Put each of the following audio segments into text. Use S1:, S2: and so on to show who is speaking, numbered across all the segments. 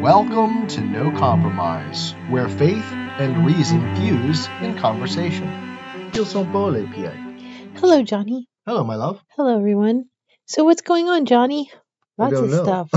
S1: Welcome to No Compromise, where faith and reason fuse in conversation. Io sono Paolo, PA.
S2: Hello, Johnny.
S1: Hello, my love.
S2: Hello, everyone. So, what's going on, Johnny?
S1: I
S2: Lots
S1: don't
S2: of
S1: know.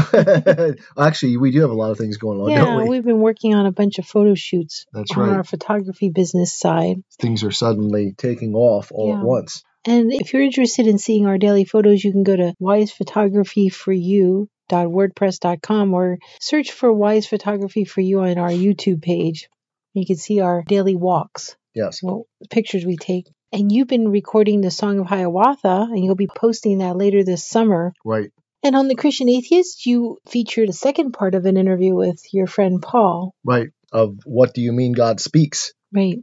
S2: stuff.
S1: Actually, we do have a lot of things going on,
S2: yeah,
S1: don't we?
S2: have been working on a bunch of photo shoots
S1: That's
S2: on
S1: right.
S2: our photography business side.
S1: Things are suddenly taking off all at
S2: Yeah.
S1: once.
S2: And if you're interested in seeing our daily photos, you can go to wisephotographyforyou.wordpress.com or search for Wise Photography for You on our YouTube page. You can see our daily walks,
S1: Yes.
S2: well, the pictures we take. And you've been recording the Song of Hiawatha, and you'll be posting that later this summer.
S1: Right.
S2: And on The Christian Atheist, you featured a second part of an interview with your friend Paul.
S1: Right. Of what do you mean God speaks?
S2: Right.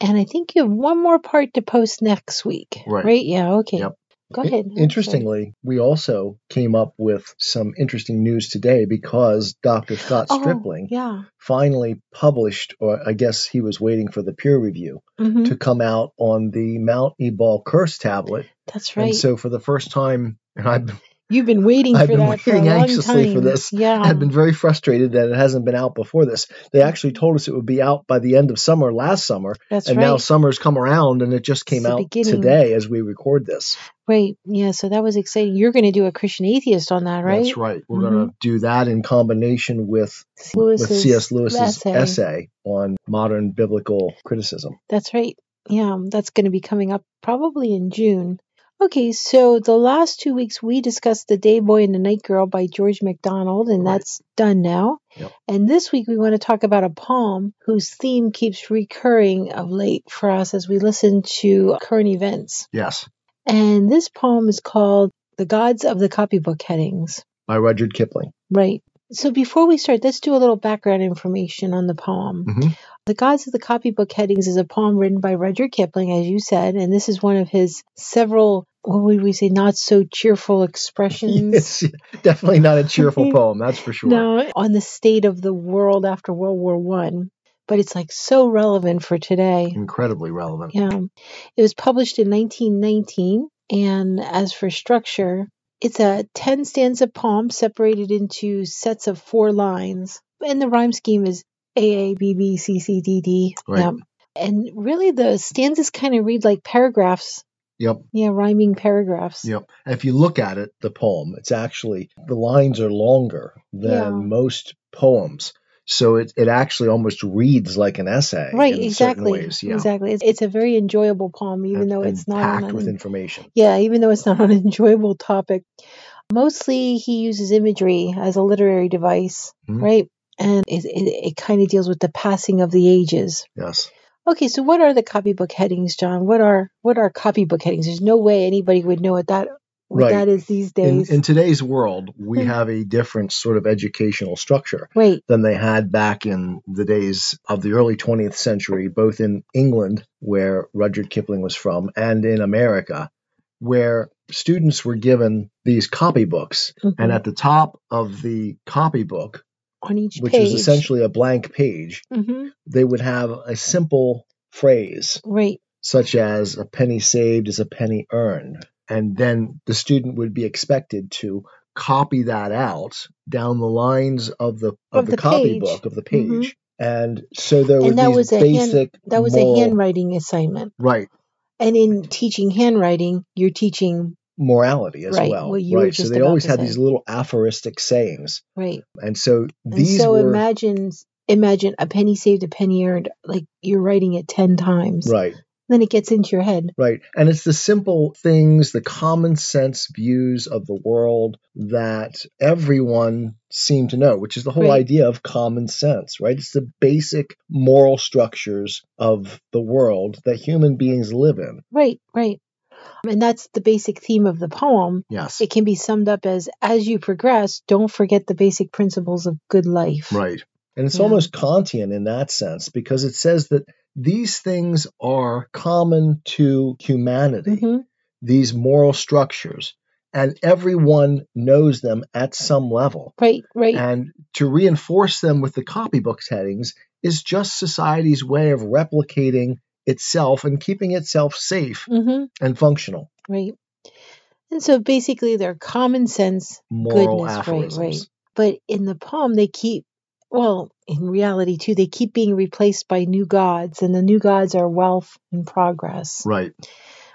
S2: And I think you have one more part to post next week.
S1: Right.
S2: Yeah. Okay.
S1: Yep.
S2: Go ahead.
S1: In- Interestingly, we also came up with some interesting news today because Dr. Scott
S2: Oh,
S1: Stripling
S2: Yeah.
S1: finally published, or I guess he was waiting for the peer review
S2: hmm
S1: to come out on the Mount Ebal curse tablet.
S2: That's right.
S1: And so for the first time, and I've been,
S2: You've been waiting
S1: I've
S2: for
S1: been
S2: that for a
S1: waiting
S2: long
S1: anxiously
S2: time.
S1: for this.
S2: Yeah.
S1: I've been very frustrated that it hasn't been out before this. They actually told us it would be out by the end of summer last summer,
S2: That's
S1: and
S2: right.
S1: now summer's come around and it just came
S2: It's the
S1: out
S2: beginning.
S1: today as we record this.
S2: right. Yeah. So that was exciting. You're going to do a Christian Atheist on that, right? Mm-hmm.
S1: That's right. We're going to do that in combination with with
S2: Lewis's
S1: C.S. Lewis's essay.
S2: essay.
S1: on modern biblical criticism.
S2: That's right. Yeah, um, that's going to be coming up probably in June. Okay, so the last two weeks we discussed The Day Boy and the Night Girl by George MacDonald, and
S1: Right.
S2: that's done now.
S1: Yep.
S2: And this week we want to talk about a poem whose theme keeps recurring of late for us as we listen to current events.
S1: Yes,
S2: And this poem is called The Gods of the Copybook Headings.
S1: by Rudyard Kipling.
S2: Right. So before we start, let's do a little background information on the poem.
S1: Mhm.
S2: The Gods of the Copybook Headings is a poem written by Rudyard Kipling, as you said, and this is one of his several, what would we say, not so cheerful expressions.
S1: It's definitely not a cheerful poem, that's for sure.
S2: No, on the state of the world after World War One, but it's like so relevant for today.
S1: Incredibly relevant.
S2: Yeah. It was published in 1919. And as for structure, it's a 10 stanza poem separated into sets of four lines. And the rhyme scheme is A, A, B, B, C, C, D, D.
S1: Right.
S2: Yeah. And really, the stanzas kind of read like paragraphs.
S1: Yep.
S2: Yeah, rhyming paragraphs.
S1: Yep. And if you look at it, the poem, it's actually the lines are longer than
S2: Yeah.
S1: most poems. So it, it actually almost reads like an essay.
S2: Right,
S1: in
S2: exactly.
S1: Certain ways. Yeah.
S2: Exactly. It's, it's a very enjoyable poem, even
S1: And-
S2: though
S1: and
S2: it's not on
S1: packed
S2: an-
S1: with information.
S2: Yeah, even though it's not an enjoyable topic. Mostly he uses imagery as a literary device,
S1: Mhm.
S2: right? And it, it, it kind of deals with the passing of the ages.
S1: Yes.
S2: Okay, so what are the copybook headings, John? What are what are copybook headings? There's no way anybody would know what that what
S1: Right.
S2: that is these
S1: In,
S2: days.
S1: in today's world, we
S2: Mhm.
S1: have a different sort of educational structure.
S2: Wait,
S1: than they had back in the days of the early 20th century, both in England, where Rudyard Kipling was from, and in America, where students were given these copybooks. And uh,
S2: mhm,
S1: at the top of the copybook,
S2: on each
S1: which
S2: page.
S1: is essentially a blank page,
S2: hmm
S1: they would have a simple phrase
S2: right,
S1: such as a penny saved is a penny earned. And then the student would be expected to copy that out down the lines of the of,
S2: Of
S1: the,
S2: the
S1: copy
S2: page.
S1: book of the page.
S2: Mhm.
S1: And so there were
S2: And that
S1: these
S2: was a hand-
S1: basic
S2: that was
S1: moral-
S2: a handwriting assignment.
S1: right
S2: And in teaching handwriting, you're teaching
S1: morality as
S2: Right,
S1: well.
S2: what you were
S1: right. So
S2: just
S1: they
S2: about
S1: always
S2: to
S1: had
S2: say.
S1: these little aphoristic sayings.
S2: right.
S1: And so
S2: And
S1: these
S2: so
S1: were
S2: imagine imagine a penny saved, a penny earned. Like you're writing it ten times,
S1: right.
S2: then it gets into your head.
S1: Right. And it's the simple things, the common sense views of the world that everyone seemed to know, which is the whole
S2: Right.
S1: idea of common sense, right? It's the basic moral structures of the world that human beings live in.
S2: Right, right. And that's the basic theme of the poem.
S1: Yes.
S2: It can be summed up as as you progress, don't forget the basic principles of good life.
S1: Right. And it's
S2: Yeah.
S1: almost Kantian in that sense because it says that these things are common to humanity.
S2: hmm
S1: these moral structures, and everyone knows them at some level.
S2: Right, right.
S1: And to reinforce them with the copybooks headings is just society's way of replicating itself and keeping itself safe
S2: hmm
S1: and functional.
S2: Right. And so basically they're common sense,
S1: Moral
S2: Goodness, right,
S1: aphorisms.
S2: right. but in the poem they keep well, in reality, too, they keep being replaced by new gods, and the new gods are wealth and progress.
S1: Right.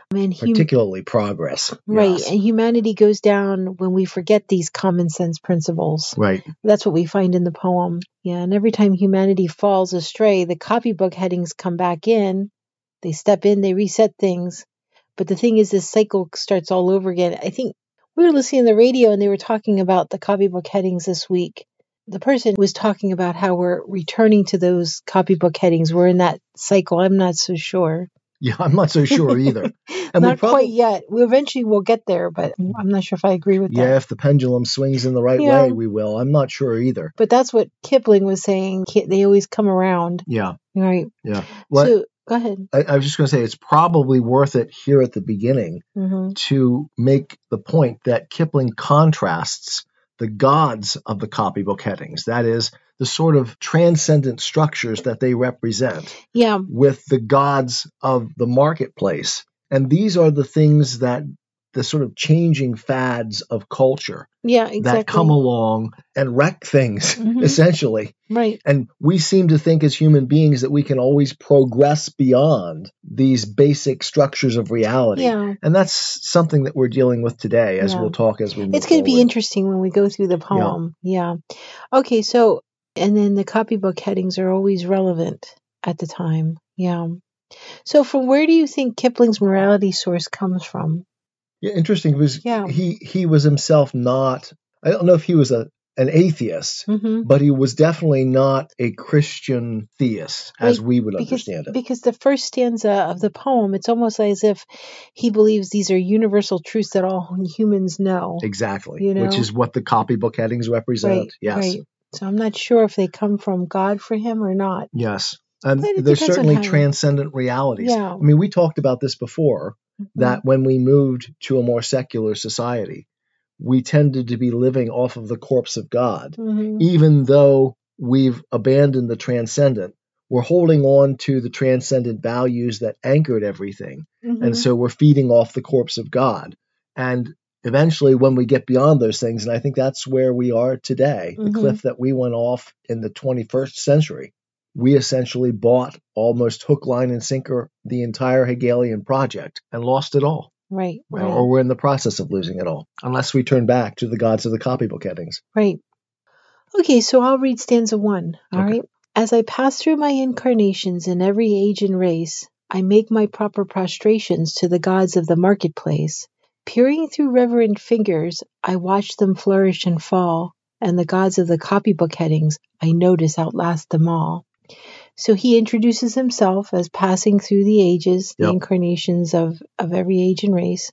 S2: And hum-
S1: Particularly progress.
S2: right,
S1: Yes.
S2: and humanity goes down when we forget these common sense principles.
S1: Right.
S2: That's what we find in the poem. Yeah, and every time humanity falls astray, the copybook headings come back in. They step in, they reset things. But the thing is, this cycle starts all over again. I think we were listening to the radio and they were talking about the copybook headings this week. The person was talking about how we're returning to those copybook headings. We're in that cycle. I'm not so sure.
S1: Yeah, I'm not so sure either. And we
S2: not
S1: probably-
S2: quite yet. We eventually will get there, but I'm not sure if I agree with that.
S1: Yeah, if the pendulum swings in the right
S2: Yeah.
S1: way, we will. I'm not sure either.
S2: But that's what Kipling was saying. Ki- They always come around,
S1: Yeah.
S2: right?
S1: What
S2: So go ahead.
S1: I, I was just going to say, it's probably worth it here at the beginning
S2: hmm
S1: to make the point that Kipling contrasts the gods of the copybook headings, that is, the sort of transcendent structures that they represent,
S2: Yeah,
S1: with the gods of the marketplace. And these are the things that the sort of changing fads of culture
S2: yeah, exactly.
S1: that come along and wreck things,
S2: Mhm.
S1: essentially.
S2: right.
S1: And we seem to think as human beings that we can always progress beyond these basic structures of reality.
S2: Yeah,
S1: And that's something that we're dealing with today as
S2: Yeah.
S1: we'll talk as we move
S2: it's going to be
S1: forward.
S2: interesting when we go through the poem. Yeah. Okay. So, and then the copybook headings are always relevant at the time. Yeah. So, from where do you think Kipling's morality source comes from?
S1: Yeah, interesting because
S2: Yeah.
S1: he he was himself not I don't know if he was a an atheist,
S2: Mm-hmm.
S1: but he was definitely not a Christian theist as we would understand it.
S2: Because the first stanza of the poem, it's almost as if he believes these are universal truths that all humans know.
S1: Exactly.
S2: You
S1: Which
S2: know?
S1: is what the copybook headings represent. yes.
S2: So I'm not sure if they come from God for him or not.
S1: Yes. And
S2: But it
S1: there's
S2: depends on
S1: certainly
S2: how you-
S1: transcendent realities.
S2: Yeah. Mm-hmm.
S1: I mean, we talked about this before that when we moved to a more secular society, we tended to be living off of the corpse of God.
S2: Mhm.
S1: Even though we've abandoned the transcendent, we're holding on to the transcendent values that anchored everything. And
S2: Mhm.
S1: so we're feeding off the corpse of God. And eventually, when we get beyond those things, and I think that's where we are today,
S2: Mhm.
S1: the cliff that we went off in the 21st century, we essentially bought almost hook, line, and sinker the entire Hegelian project and lost it all.
S2: Mm-hmm. Right, right,
S1: Or we're in the process of losing it all, unless we turn back to the gods of the copybook headings.
S2: right. Okay, so I'll read stanza one. All right.
S1: Okay.
S2: As I pass through my incarnations in every age and race, I make my proper prostrations to the gods of the marketplace. Peering through reverent fingers, I watch them flourish and fall, and the gods of the copybook headings I notice outlast them all. So he introduces himself as passing through the ages, the
S1: Yep.
S2: incarnations of, of every age and race.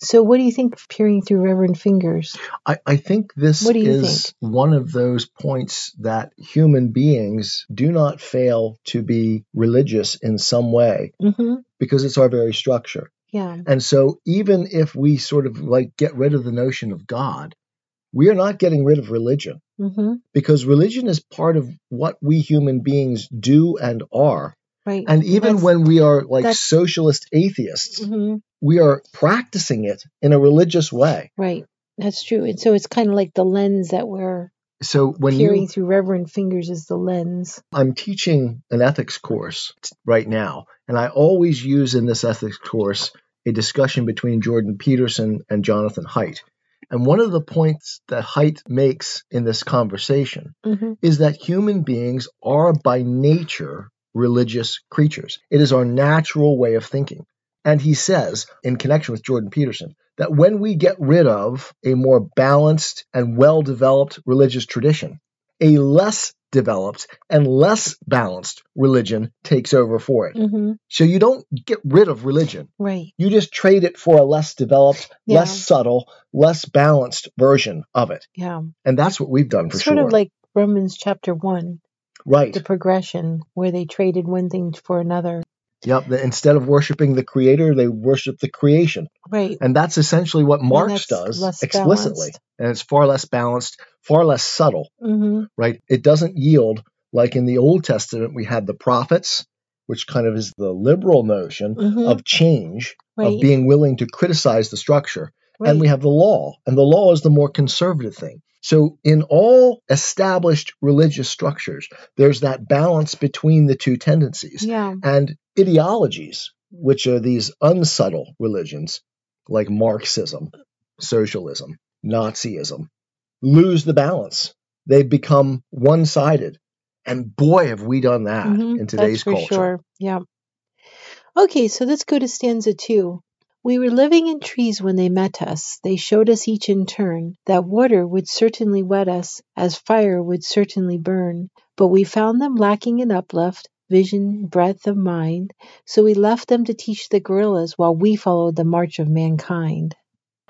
S2: So, what do you think of peering through reverent fingers?
S1: I, I think this
S2: What do you
S1: is one of those points that human beings do not fail to be religious in some way
S2: Mm-hmm.
S1: because it's our very structure.
S2: Yeah.
S1: And so, even if we sort of like get rid of the notion of God, we are not getting rid of religion
S2: Mm-hmm.
S1: because religion is part of what we human beings do and are.
S2: Right.
S1: And even
S2: That's-
S1: when we are like
S2: that's-
S1: socialist atheists,
S2: hmm
S1: we are practicing it in a religious way.
S2: Right. That's true. And so it's kind of like the lens that we're
S1: So, when
S2: peering
S1: you
S2: through reverend fingers is the lens.
S1: I'm teaching an ethics course right now, and I always use in this ethics course a discussion between Jordan Peterson and Jonathan Haidt. And one of the points that Haidt makes in this conversation
S2: Mm-hmm.
S1: is that human beings are by nature religious creatures. It is our natural way of thinking. And he says, in connection with Jordan Peterson, that when we get rid of a more balanced and well developed religious tradition, a less developed and less balanced religion takes over for it.
S2: Mm-hmm.
S1: So you don't get rid of religion.
S2: Right.
S1: You just trade it for a less developed,
S2: Yeah.
S1: less subtle, less balanced version of it.
S2: Yeah.
S1: And that's what we've done for
S2: sort
S1: sure.
S2: of like Romans chapter one,
S1: right.
S2: the progression where they traded one thing for another.
S1: Yep. the- Instead of worshiping the creator, they worship the creation.
S2: Right.
S1: And that's essentially what Marx
S2: that's
S1: does
S2: less
S1: explicitly.
S2: balanced.
S1: And it's far less balanced, far less subtle,
S2: Mm-hmm.
S1: right? It doesn't yield like in the Old Testament, we had the prophets, which kind of is the liberal notion
S2: Mm-hmm.
S1: of change,
S2: right.
S1: of being willing to criticize the structure.
S2: right.
S1: And we have the law, and the law is the more conservative thing. So, in all established religious structures, there's that balance between the two tendencies.
S2: Yeah.
S1: And ideologies,
S2: Hmm.
S1: which are these unsubtle religions like Marxism, socialism, Nazism, lose the balance. They become one sided. And boy, have we done that
S2: Mhm,
S1: in today's
S2: that's for
S1: culture.
S2: sure. Yeah. Okay, so let's go to stanza two. We were living in trees when they met us. They showed us each in turn that water would certainly wet us, as fire would certainly burn. But we found them lacking in uplift, vision, breadth of mind. So we left them to teach the gorillas while we followed the march of mankind.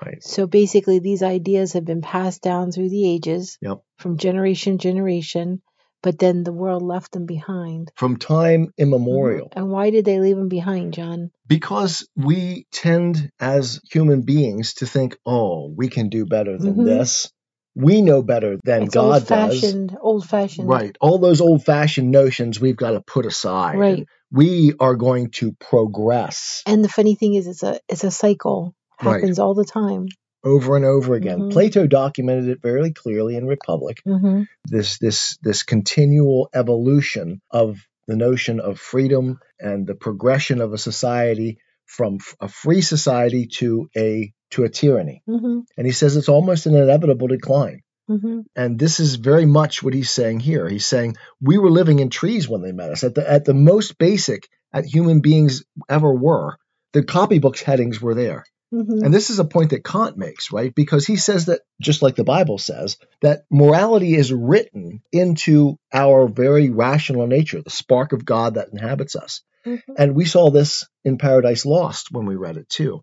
S1: Right.
S2: So basically, these ideas have been passed down through the ages
S1: Yep.
S2: from generation to generation, but then the world left them behind.
S1: From time immemorial.
S2: Mm-hmm. And why did they leave him behind, John?
S1: because we tend as human beings to think, oh, we can do better than
S2: Mhm.
S1: this. We know better than
S2: it's
S1: God does.
S2: old-fashioned, old-fashioned.
S1: Right. All those old fashioned notions we've got to put aside.
S2: Right.
S1: We are going to progress
S2: And the funny thing is, it's a it's a cycle.
S1: Right.
S2: Happens all the time.
S1: over and over again.
S2: Mhm.
S1: Plato documented it very clearly in Republic.
S2: hmm
S1: This this this continual evolution of the notion of freedom and the progression of a society from f- a free society to a to a tyranny.
S2: hmm
S1: And he says it's almost an inevitable decline.
S2: hmm
S1: And this is very much what he's saying here. He's saying we were living in trees when they met us. At the at the most basic at human beings ever were, the copybooks headings were there.
S2: hmm
S1: And this is a point that Kant makes, right? Because he says that just like the Bible says, that morality is written into our very rational nature, the spark of God that inhabits us.
S2: Mm-hmm.
S1: And we saw this in Paradise Lost when we read it too,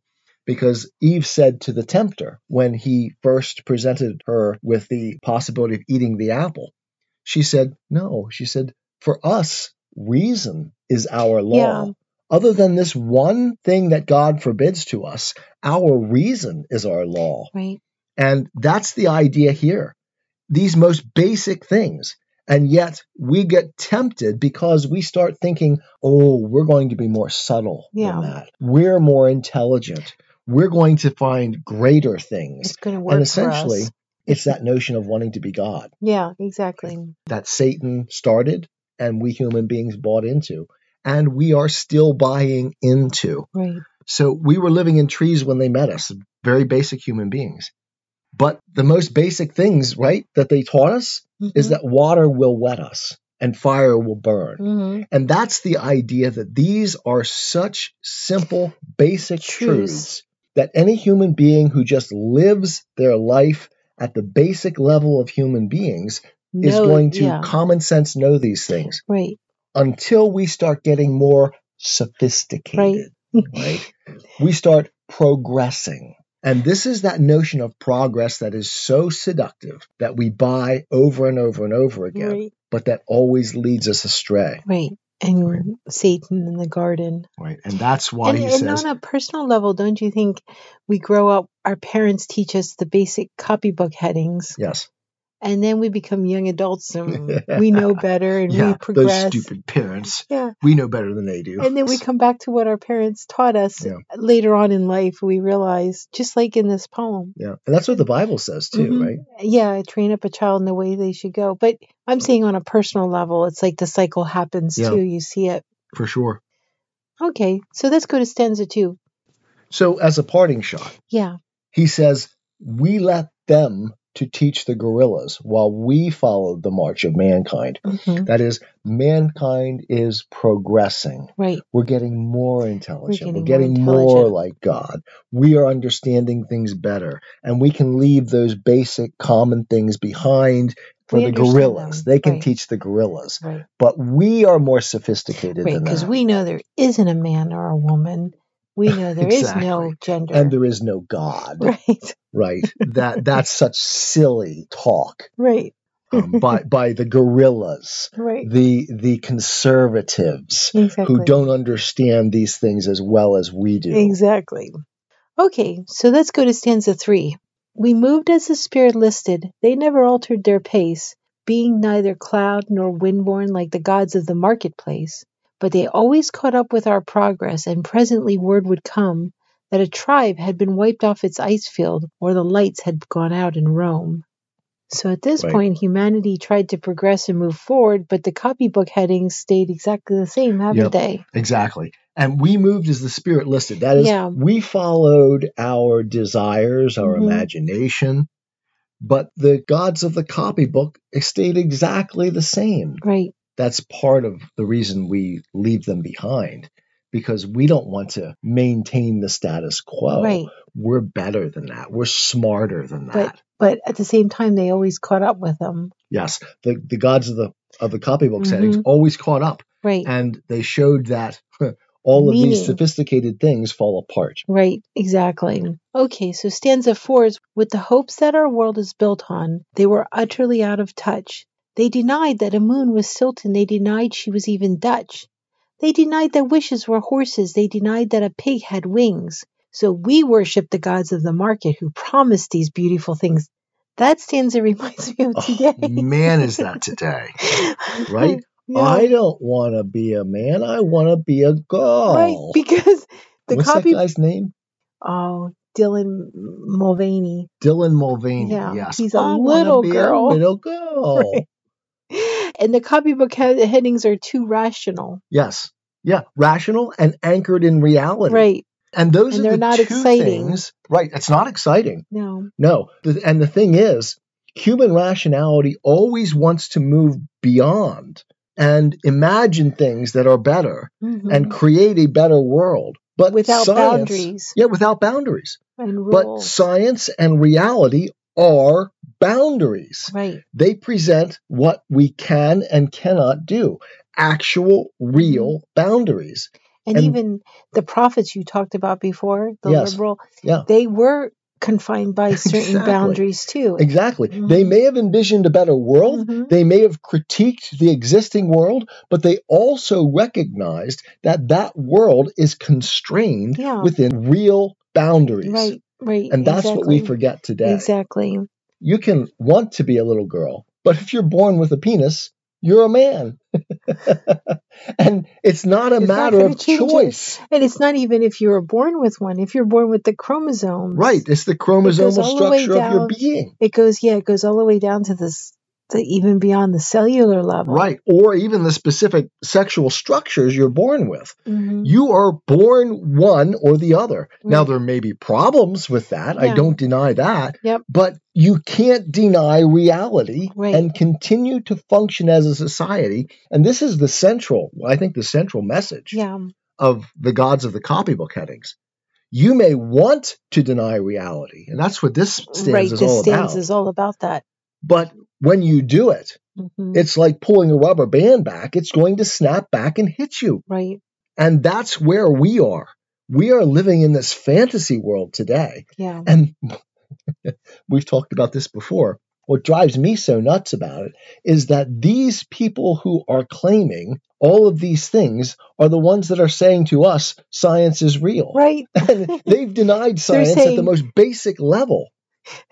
S1: because Eve said to the tempter when he first presented her with the possibility of eating the apple, she said, No, she said, for us, reason is our law.
S2: Yeah.
S1: Other than this one thing that God forbids to us, our reason is our law.
S2: Right.
S1: And that's the idea here. These most basic things. And yet we get tempted because we start thinking, oh, we're going to be more subtle
S2: Yeah.
S1: than that. We're more intelligent. We're going to find greater things.
S2: It's going to work
S1: And essentially,
S2: for us.
S1: it's that notion of wanting to be God
S2: Yeah. Exactly.
S1: that Satan started and we human beings bought into. And we are still buying into.
S2: Right.
S1: So we were living in trees when they met us, very basic human beings. But the most basic things, right, that they taught us
S2: Mm-hmm.
S1: is that water will wet us and fire will burn.
S2: hmm
S1: And that's the idea that these are such simple, basic
S2: Truths.
S1: truths that any human being who just lives their life at the basic level of human beings is going to
S2: Yeah.
S1: common sense know these things
S2: Right.
S1: until we start getting more sophisticated, right? we start progressing. And this is that notion of progress that is so seductive that we buy over and over and over again,
S2: Right.
S1: but that always leads us astray,
S2: Right. And Satan in the garden.
S1: right? And that's why
S2: and,
S1: he
S2: and
S1: says,
S2: on a personal level, don't you think we grow up, our parents teach us the basic copybook headings,
S1: yes,
S2: and then we become young adults and we know better and we
S1: yeah, those
S2: progress.
S1: stupid parents,
S2: Yeah.
S1: we know better than they do.
S2: And then we come back to what our parents taught us
S1: Yeah.
S2: later on in life. We realize, just like in this poem,
S1: yeah, and that's what the Bible says too,
S2: Mhm.
S1: right?
S2: yeah, train up a child in the way they should go. But I'm saying on a personal level, it's like the cycle happens
S1: Yeah.
S2: too. You see it.
S1: For sure.
S2: Okay, so let's go to stanza two.
S1: So, as a parting shot,
S2: Yeah.
S1: he says, We let them to teach the gorillas while we followed the march of mankind.
S2: hmm
S1: That is, mankind is progressing.
S2: Right.
S1: We're getting more intelligent. We're
S2: getting
S1: getting,
S2: more
S1: more,
S2: intelligent.
S1: like God. We are understanding things better. And we can leave those basic common things behind for
S2: We
S1: the
S2: understand
S1: gorillas.
S2: them.
S1: They can
S2: Right.
S1: teach the gorillas.
S2: Right.
S1: But we are more sophisticated
S2: Right,
S1: than
S2: because
S1: that.
S2: we know there isn't a man or a woman. We know there is no
S1: Exactly.
S2: gender.
S1: and there is no God,
S2: right,
S1: right? that that's such silly talk
S2: right,
S1: um, by by the gorillas,
S2: right.
S1: the the conservatives,
S2: Exactly.
S1: who don't understand these things as well as we do.
S2: Exactly. Okay, so let's go to stanza three. We moved as the spirit listed. They never altered their pace, being neither cloud nor windborne like the gods of the marketplace. But they always caught up with our progress, and presently word would come that a tribe had been wiped off its ice field, or the lights had gone out in Rome. So at this
S1: Right.
S2: point, humanity tried to progress and move forward, but the copybook headings stayed exactly the same, haven't
S1: Yep.
S2: they?
S1: Exactly. And we moved as the spirit listed. That is,
S2: Yeah.
S1: we followed our desires, our
S2: Mhm.
S1: imagination, but the gods of the copybook stayed exactly the same.
S2: Right.
S1: That's part of the reason we leave them behind because we don't want to maintain the status quo.
S2: Right.
S1: We're better than that. We're smarter than that.
S2: But but at the same time, they always caught up with them.
S1: yes, the, the gods of the of the copybook
S2: Mhm.
S1: settings always caught up
S2: Right.
S1: and they showed that all of
S2: Meaning.
S1: these sophisticated things fall apart.
S2: Right, exactly. Okay, so stanza four is with the hopes that our world is built on, they were utterly out of touch. They denied that a moon was Silton, they denied she was even Dutch. They denied that wishes were horses, they denied that a pig had wings. So we worship the gods of the market who promised these beautiful things. That stanza reminds me of
S1: Oh,
S2: today.
S1: man, is that today, right?
S2: Yeah.
S1: I don't want to be a man. I want to be a
S2: right,
S1: girl.
S2: because the
S1: What's
S2: copy.
S1: that guy's name?
S2: Oh, Dylan Mulvaney.
S1: Dylan Mulvaney.
S2: Yeah,
S1: yes,
S2: he's a
S1: I wanna
S2: little
S1: be
S2: girl.
S1: A little girl.
S2: Right. and the copybook he- headings are too rational.
S1: Yes. Yeah, rational and anchored in reality.
S2: Right.
S1: And those
S2: And
S1: are
S2: they're
S1: the
S2: not
S1: two
S2: exciting.
S1: things. Right. It's not exciting.
S2: No.
S1: No. The- And the thing is, human rationality always wants to move beyond and imagine things that are better
S2: Mhm.
S1: and create a better world. But
S2: without
S1: science-
S2: boundaries
S1: Yeah, without boundaries.
S2: and
S1: But
S2: rules.
S1: science and reality are boundaries.
S2: right.
S1: They present what we can and cannot do, actual, real
S2: Mm-hmm.
S1: boundaries.
S2: And,
S1: and-
S2: even the prophets you talked about before, the
S1: Yes.
S2: liberal,
S1: Yeah.
S2: they were confined by certain
S1: Exactly.
S2: boundaries too.
S1: Exactly. They
S2: Mhm.
S1: may have envisioned a better world,
S2: Mhm.
S1: They may have critiqued the existing world, but they also recognized that that world is constrained
S2: Yeah.
S1: within real boundaries.
S2: Right. Right.
S1: And that's
S2: exactly.
S1: what we forget today.
S2: Exactly.
S1: You can want to be a little girl, but if you're born with a penis, you're a man. and it's not a
S2: It's not
S1: matter
S2: gonna
S1: of
S2: change it.
S1: choice.
S2: And it's not even if you were born with one. If you're born with the chromosomes,
S1: Right. It's the chromosomal
S2: all the way
S1: structure of your
S2: down.
S1: being.
S2: It goes, yeah, it goes all the way down to this, to even beyond the cellular level.
S1: Right. Or even the specific sexual structures you're born with.
S2: Mhm.
S1: You are born one or the other. Now,
S2: Right.
S1: there may be problems with that. I
S2: Mm-hmm. Yeah.
S1: don't deny that.
S2: Yep.
S1: But you can't deny reality
S2: Right.
S1: and continue to function as a society. And this is the central, I think, the central message
S2: Yeah.
S1: of the gods of the copybook headings. You may want to deny reality. And that's what this stanza
S2: right.
S1: is
S2: this
S1: all
S2: stands
S1: about.
S2: is all about that.
S1: but when you do it,
S2: Mhm.
S1: it's like pulling a rubber band back. It's going to snap back and hit you.
S2: right.
S1: And that's where we are. We are living in this fantasy world today.
S2: Yeah.
S1: And we've talked about this before. What drives me so nuts about it is that these people who are claiming all of these things are the ones that are saying to us, science is real.
S2: Right.
S1: And they've denied science at the
S2: saying-
S1: most basic level.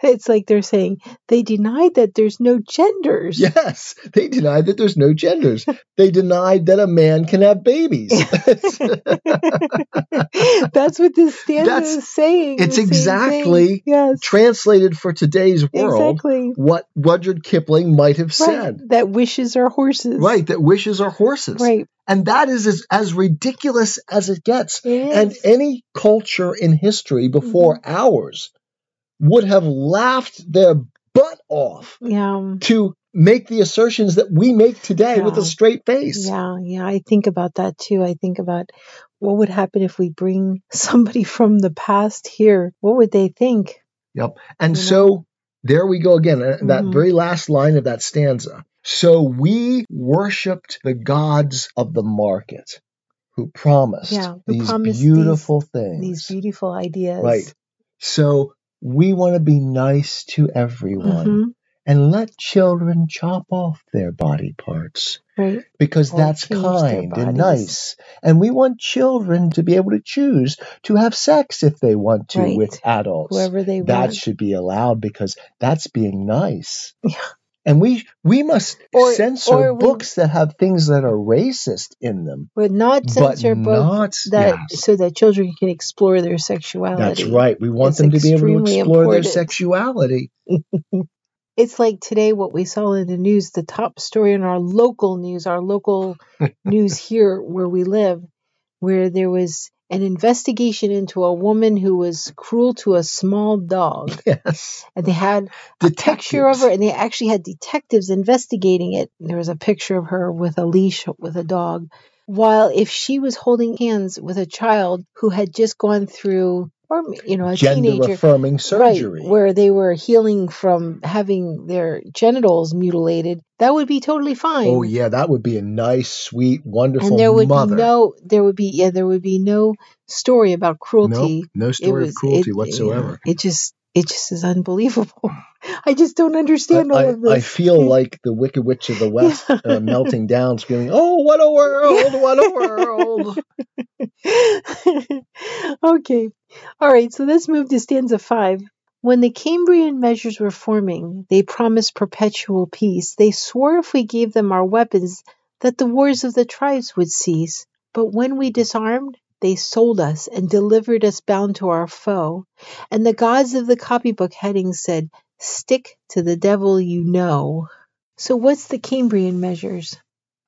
S2: It's like they're saying they denied that there's no genders.
S1: Yes, they denied that there's no genders. they denied that a man can have babies.
S2: That's what this stanza
S1: That's-
S2: is saying.
S1: it's
S2: the same thing.
S1: exactly
S2: yes.
S1: Translated for today's world,
S2: Exactly.
S1: what Rudyard Kipling might have
S2: Right.
S1: said.
S2: That wishes are horses.
S1: Right, that wishes are horses.
S2: Right.
S1: And that is as, as ridiculous as it gets.
S2: It is.
S1: And any culture in history before
S2: Mm-hmm.
S1: ours would have laughed their butt off
S2: yeah.
S1: to make the assertions that we make today with
S2: Yeah.
S1: a straight face.
S2: Yeah, yeah, I think about that too. I think about what would happen if we bring somebody from the past here. What would they think?
S1: And
S2: You know?
S1: so there we go again, uh, that
S2: Mhm.
S1: very last line of that stanza. So we worshiped the gods of the market who promised
S2: Yeah, who
S1: these
S2: promised
S1: beautiful things.
S2: These beautiful ideas.
S1: Right. So we want to be nice to everyone
S2: Mhm,
S1: and let children chop off their body parts
S2: Right.
S1: because
S2: Or
S1: that's
S2: change their
S1: kind and
S2: bodies.
S1: nice. And we want children to be able to choose to have sex if they want to
S2: Right.
S1: with adults
S2: Whoever they
S1: that
S2: want.
S1: should be allowed because that's being nice.
S2: Yeah.
S1: And we we must
S2: Or-
S1: censor
S2: or we-
S1: books that have things that are racist in them.
S2: But not
S1: But
S2: censor books
S1: not
S2: that
S1: yes.
S2: so that children can explore their sexuality.
S1: That's right. We want
S2: It's
S1: them to be able to
S2: extremely
S1: explore their
S2: important.
S1: sexuality.
S2: It's like today, what we saw in the news, the top story in our local news, our local news here where we live, where there was an investigation into a woman who was cruel to a small dog.
S1: Yes.
S2: And they had a picture of her, and they actually had detectives investigating it. There was a picture of her with a leash with a dog. While if she was holding hands with a child who had just gone through, or you know, a
S1: Gender
S2: teenager,
S1: affirming surgery.
S2: Right, where they were healing from having their genitals mutilated, that would be totally fine.
S1: Oh yeah, that would be a nice, sweet, wonderful
S2: and there would
S1: mother.
S2: be no, there would be yeah, there would be no story about cruelty.
S1: Nope, no
S2: It
S1: story
S2: was
S1: of cruelty
S2: it- yeah,
S1: whatsoever.
S2: it just it just is unbelievable. I just don't understand all
S1: I,
S2: of
S1: I, I
S2: this.
S1: feel like the Wicked Witch of the West uh, melting down, screaming, "Oh, what a world! What a world!"
S2: okay. All right, so let's move to stanza five. When the Cambrian measures were forming, they promised perpetual peace. They swore if we gave them our weapons that the wars of the tribes would cease. But when we disarmed, they sold us and delivered us bound to our foe. And the gods of the copybook heading said, Stick to the devil you know. So, what's the Cambrian measures?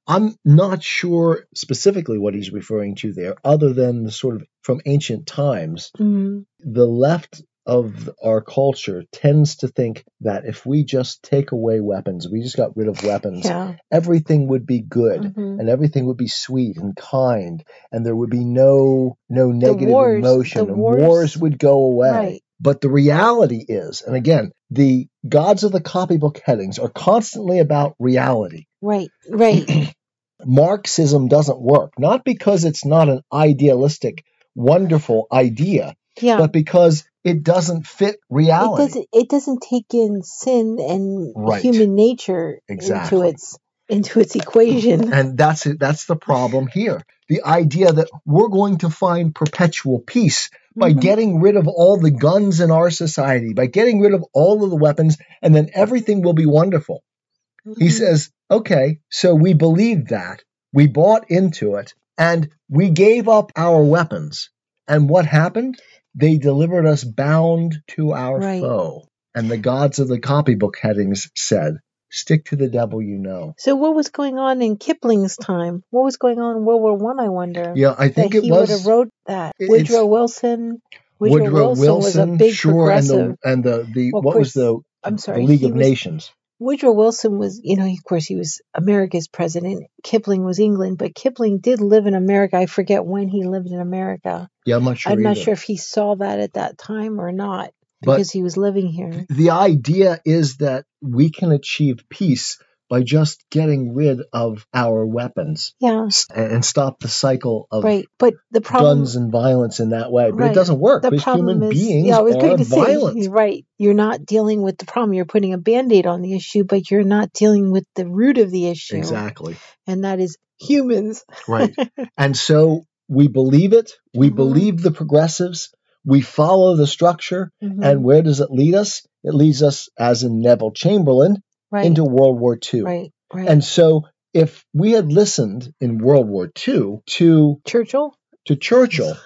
S1: I'm not sure specifically what he's referring to there, other than the sort of from ancient times,
S2: Mm,
S1: the left of our culture tends to think that if we just take away weapons, we just got rid of weapons,
S2: yeah.
S1: everything would be good.
S2: mhm.
S1: and everything would be sweet and kind and there would be no no negative
S2: wars-
S1: emotion
S2: the
S1: and
S2: wars-
S1: wars would go away
S2: Right.
S1: but the reality is and again the gods of the copybook headings are constantly about reality
S2: Right, right.
S1: marxism doesn't work not because it's not an idealistic wonderful idea
S2: Yeah.
S1: but because it doesn't fit
S2: it
S1: reality
S2: doesn't it doesn't take in sin and
S1: Right.
S2: human nature into
S1: Exactly.
S2: its into its equation.
S1: and that's it that's the problem here the idea that we're going to find perpetual peace by
S2: Mhm.
S1: getting rid of all the guns in our society by getting rid of all of the weapons and then everything will be wonderful he
S2: Mhm.
S1: says okay so we believed that we bought into it and we gave up our weapons and what happened they delivered us bound to our
S2: Right.
S1: foe and the gods of the copybook headings said stick to the devil you know
S2: So what was going on in Kipling's time? What was going on in World War One? I, wonder.
S1: yeah i think
S2: that
S1: it
S2: he would
S1: was
S2: have wrote that.
S1: It-
S2: Woodrow
S1: it's-
S2: Wilson. Woodrow,
S1: Woodrow
S2: Wilson, was a
S1: Wilson,
S2: big
S1: sure, and
S2: progressive.
S1: the and the, the
S2: Well, of
S1: what was
S2: course,
S1: the
S2: I'm
S1: the
S2: sorry.
S1: League
S2: he
S1: of
S2: was,
S1: Nations?
S2: Woodrow Wilson was, you know, of course, he was America's president. Kipling was England, but Kipling did live in America. I forget when he lived in America.
S1: Yeah, I'm not sure.
S2: I'm not
S1: either.
S2: sure if he saw that at that time or not
S1: But-
S2: because he was living here.
S1: The idea is that we can achieve peace by just getting rid of our weapons
S2: Yeah,
S1: s- and, and stop the cycle of
S2: right. But the problem,
S1: guns and violence in that way. But
S2: Right.
S1: it doesn't work
S2: the
S1: because
S2: problem
S1: human
S2: is,
S1: beings
S2: yeah, I was
S1: are
S2: going to
S1: violent.
S2: say, you're right. You're not dealing with the problem. You're putting a band-aid on the issue, but you're not dealing with the root of the issue,
S1: Exactly.
S2: and that is humans.
S1: Right. And so we believe it. We
S2: Mhm.
S1: believe the progressives. We follow the structure.
S2: Mm-hmm.
S1: And where does it lead us? It leads us, as in Neville Chamberlain,
S2: right,
S1: into World War II.
S2: right, right.
S1: And so, if we had listened in World War II to,
S2: Churchill,
S1: to Churchill,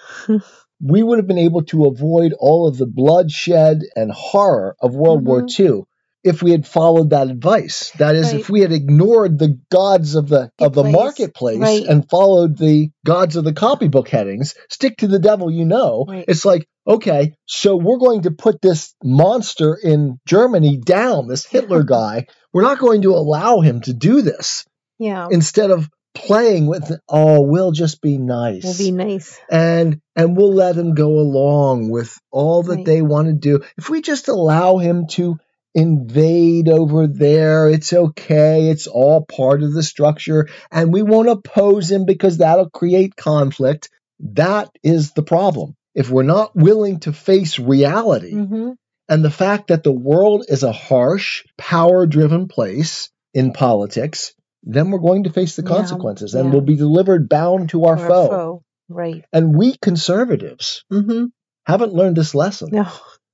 S1: we would have been able to avoid all of the bloodshed and horror of World War
S2: Mhm.
S1: II if we had followed that advice. That is,
S2: Right.
S1: if we had ignored the gods of the of the
S2: Marketplace.
S1: marketplace
S2: Right.
S1: and followed the gods of the copybook headings, stick to the devil you know.
S2: Right.
S1: It's like, okay, so we're going to put this monster in Germany down, this Hitler guy. We're not going to allow him to do this.
S2: yeah,
S1: Instead of playing with, oh, we'll just be nice
S2: will be nice.
S1: and and we'll let him go along with all that
S2: Right.
S1: they want to do. If we just allow him to invade over there, it's okay. It's all part of the structure, and we won't oppose him because that'll create conflict. That is the problem. If we're not willing to face reality
S2: hmm
S1: and the fact that the world is a harsh, power driven place in politics, then we're going to face the
S2: Yeah,
S1: consequences and
S2: yeah.
S1: we'll be delivered bound to our, foe. Mm-hmm.
S2: Right.
S1: And we conservatives
S2: hmm
S1: haven't learned this lesson
S2: No.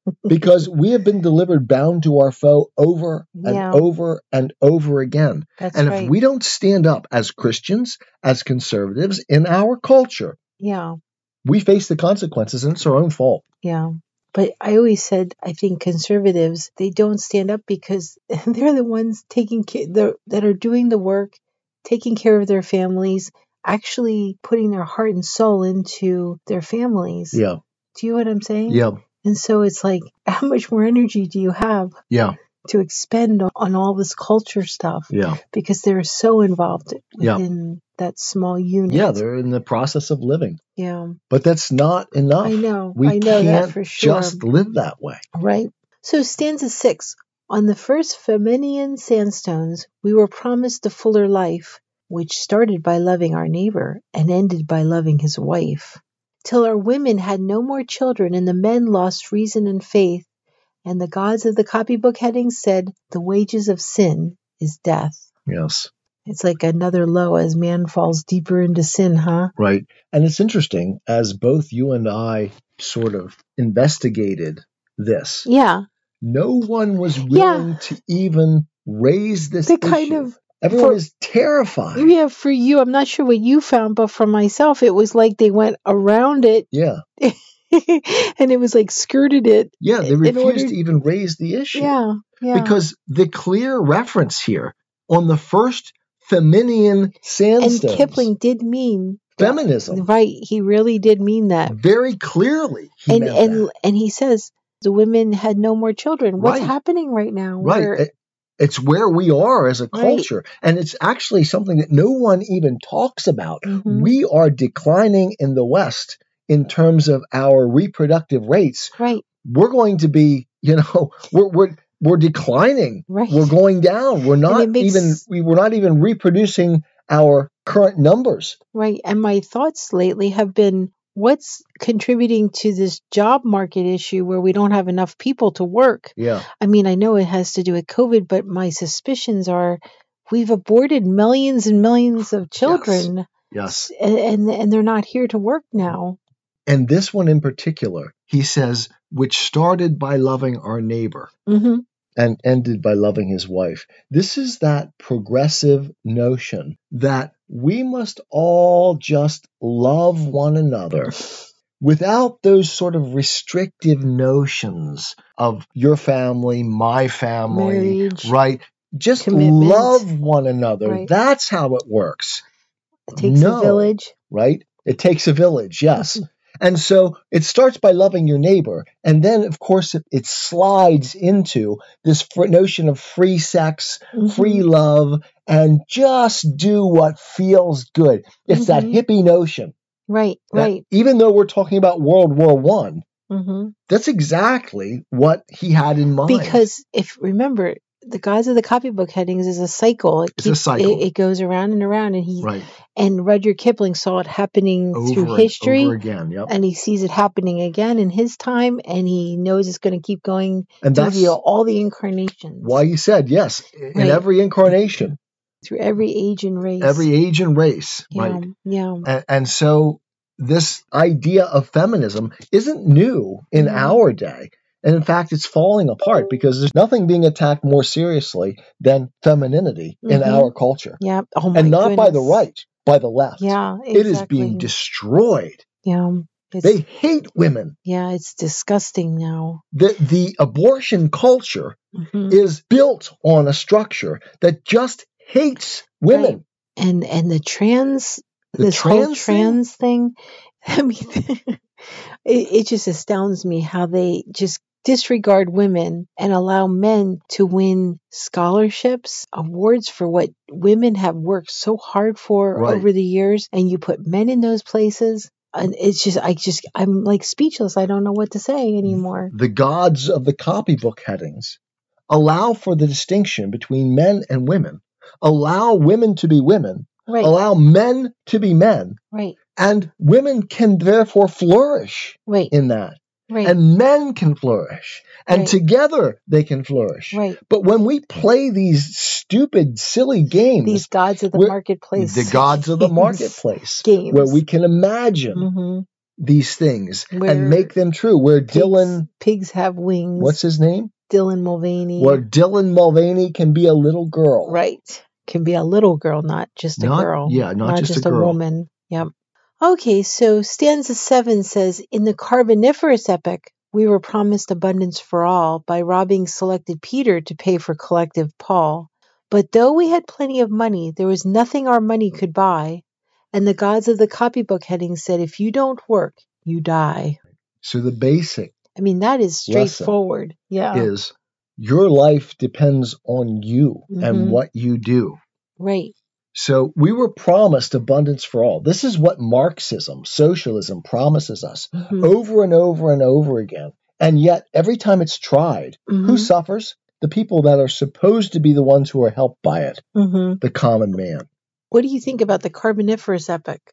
S1: because we have been delivered bound to our foe over and
S2: Yeah.
S1: over and over again.
S2: That's
S1: and
S2: right.
S1: if we don't stand up as Christians, as conservatives in our culture,
S2: yeah.
S1: we face the consequences and it's our own fault.
S2: Yeah. But I always said, I think conservatives, they don't stand up because they're the ones taking care, the- that are doing the work, taking care of their families, actually putting their heart and soul into their families.
S1: Yeah.
S2: Do you know what I'm saying?
S1: Yeah.
S2: And so it's like, how much more energy do you have
S1: Yeah.
S2: to expend on, on all this culture stuff?
S1: Yeah.
S2: Because they're so involved
S1: Yeah.
S2: within that small unit.
S1: Yeah. They're in the process of living,
S2: yeah.
S1: but that's not enough.
S2: I know.
S1: We
S2: I know
S1: can't
S2: that for sure.
S1: just live that way.
S2: Right. So, stanza six On the first Feminian sandstones, we were promised the fuller life, which started by loving our neighbor and ended by loving his wife. Till our women had no more children and the men lost reason and faith, and the gods of the copybook headings said, The wages of sin is death.
S1: Yes.
S2: It's like another low as man falls deeper into sin, huh?
S1: Right. And it's interesting as both you and I sort of investigated this,
S2: Yeah.
S1: no one was willing to even raise this
S2: The kind
S1: issue.
S2: of
S1: Everyone
S2: for-
S1: is terrified.
S2: Yeah, for you, I'm not sure what you found, but for myself, it was like they went around it
S1: Yeah.
S2: and it was like skirted it.
S1: Yeah. They
S2: In
S1: refused
S2: order-
S1: to even raise the issue.
S2: Yeah, yeah.
S1: Because the clear reference here on the first Feminian
S2: and
S1: sandstones,
S2: Kipling did mean
S1: feminism,
S2: right. He really did mean that.
S1: very clearly. Mm, He
S2: and
S1: meant
S2: and
S1: that.
S2: and he says the women had no more children. What's
S1: Right.
S2: happening right now?
S1: right.
S2: We're-
S1: It- it's where we are as a
S2: Right.
S1: culture. And it's actually something that no one even talks about.
S2: Mhm.
S1: We are declining in the West in terms of our reproductive rates.
S2: right,
S1: We're going to be, you know, we're, we're, we're declining.
S2: right.
S1: We're going down. We're
S2: it
S1: not
S2: makes-
S1: even we, we're not even reproducing our current numbers.
S2: Right. And my thoughts lately have been what's contributing to this job market issue where we don't have enough people to work?
S1: Yeah.
S2: I mean, I know it has to do with COVID, but my suspicions are we've aborted millions and millions of children
S1: Yes.
S2: and, and and they're not here to work now.
S1: And this one in particular, he says, which started by loving our neighbor.
S2: hmm
S1: and ended by loving his wife. This is that progressive notion that we must all just love one another without those sort of restrictive notions of your family, my family,
S2: Marriage.
S1: right? Just
S2: Commitment.
S1: love one another.
S2: Right.
S1: That's how it works,
S2: It takes
S1: No.
S2: a village.
S1: right? It takes a village,
S2: Hmm.
S1: yes. And so it starts by loving your neighbor. And then, of course, it, it slides into this fr- notion of free sex,
S2: Mhm.
S1: free love, and just do what feels good. It's that
S2: Mhm.
S1: hippie notion.
S2: Right,
S1: that
S2: right.
S1: Even though we're talking about World War One,
S2: hmm
S1: that's exactly what he had in mind.
S2: Because if remember, the gods of the copybook headings is a cycle. It
S1: It's a cycle.
S2: It, it goes around and around, and he
S1: right
S2: and Rudyard Kipling saw it happening
S1: over
S2: through
S1: and
S2: history,
S1: over again. Yep.
S2: and he sees it happening again in his time, and he knows it's going to keep going
S1: And
S2: through
S1: that's
S2: the, all the incarnations,
S1: why he said yes in
S2: Right.
S1: every incarnation,
S2: through every age and race.
S1: every age and race.
S2: yeah,
S1: Right.
S2: yeah,
S1: And, and so this idea of feminism isn't new in
S2: Mhm.
S1: our day. And in fact, it's falling apart because there's nothing being attacked more seriously than femininity in
S2: Mhm.
S1: our culture.
S2: yeah. Oh my
S1: and not by the
S2: goodness.
S1: right, by the left.
S2: Yeah, exactly.
S1: It is being destroyed.
S2: yeah. It's,
S1: They hate women.
S2: yeah, it's disgusting now.
S1: The, the abortion culture
S2: Mhm.
S1: is built on a structure that just hates women.
S2: and and the trans
S1: The
S2: this whole
S1: trans thing?
S2: trans thing, i mean it, it just astounds me how they just disregard women and allow men to win scholarships awards for what women have worked so hard for
S1: Right.
S2: over the years and you put men in those places and it's just i just i'm like speechless i don't know what to
S1: Mm-hmm.
S2: say anymore
S1: The gods of the copybook headings allow for the distinction between men and women, allow women to be women,
S2: right
S1: allow men to be men,
S2: right
S1: and women can therefore flourish
S2: right
S1: in that.
S2: right
S1: And men can flourish. And
S2: Right.
S1: together they can flourish.
S2: right
S1: But when we play these stupid, silly games,
S2: these gods of the
S1: We're-
S2: marketplace
S1: the gods of the marketplace,
S2: games.
S1: where we can imagine
S2: hmm
S1: these things
S2: Where
S1: and make them true, where Dylan,
S2: pigs have wings.
S1: what's his name?
S2: Dylan Mulvaney?
S1: Where Dylan Mulvaney can be a little girl.
S2: right can be a little girl, not just a
S1: Not-
S2: girl.
S1: yeah, not just a
S2: a,
S1: girl.
S2: woman. Yep. Okay, so stanza seven says in the Carboniferous epoch, we were promised abundance for all by robbing selected Peter to pay for collective Paul. But though we had plenty of money, there was nothing our money could buy. And the gods of the copybook heading said, if you don't work, you die.
S1: So the basic
S2: I mean, that is
S1: Lesson
S2: straightforward. Yeah.
S1: is your life depends on you
S2: Mhm.
S1: and what you do.
S2: Right.
S1: So we were promised abundance for all. This is what Marxism, socialism promises us
S2: Mhm.
S1: over and over and over again. And yet, every time it's tried, who
S2: Mhm.
S1: suffers? The people that are supposed to be the ones who are helped by it,
S2: Mhm.
S1: the common man.
S2: What do you think about the Carboniferous epoch?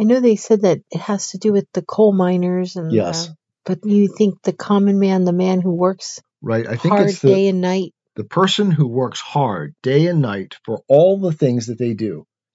S2: I know they said that it has to do with the coal miners and
S1: Yes.
S2: uh, but you think the common man, the man who works
S1: Right. I think
S2: hard
S1: it's the,
S2: day and night,
S1: the person who works hard day and night for all the things that they do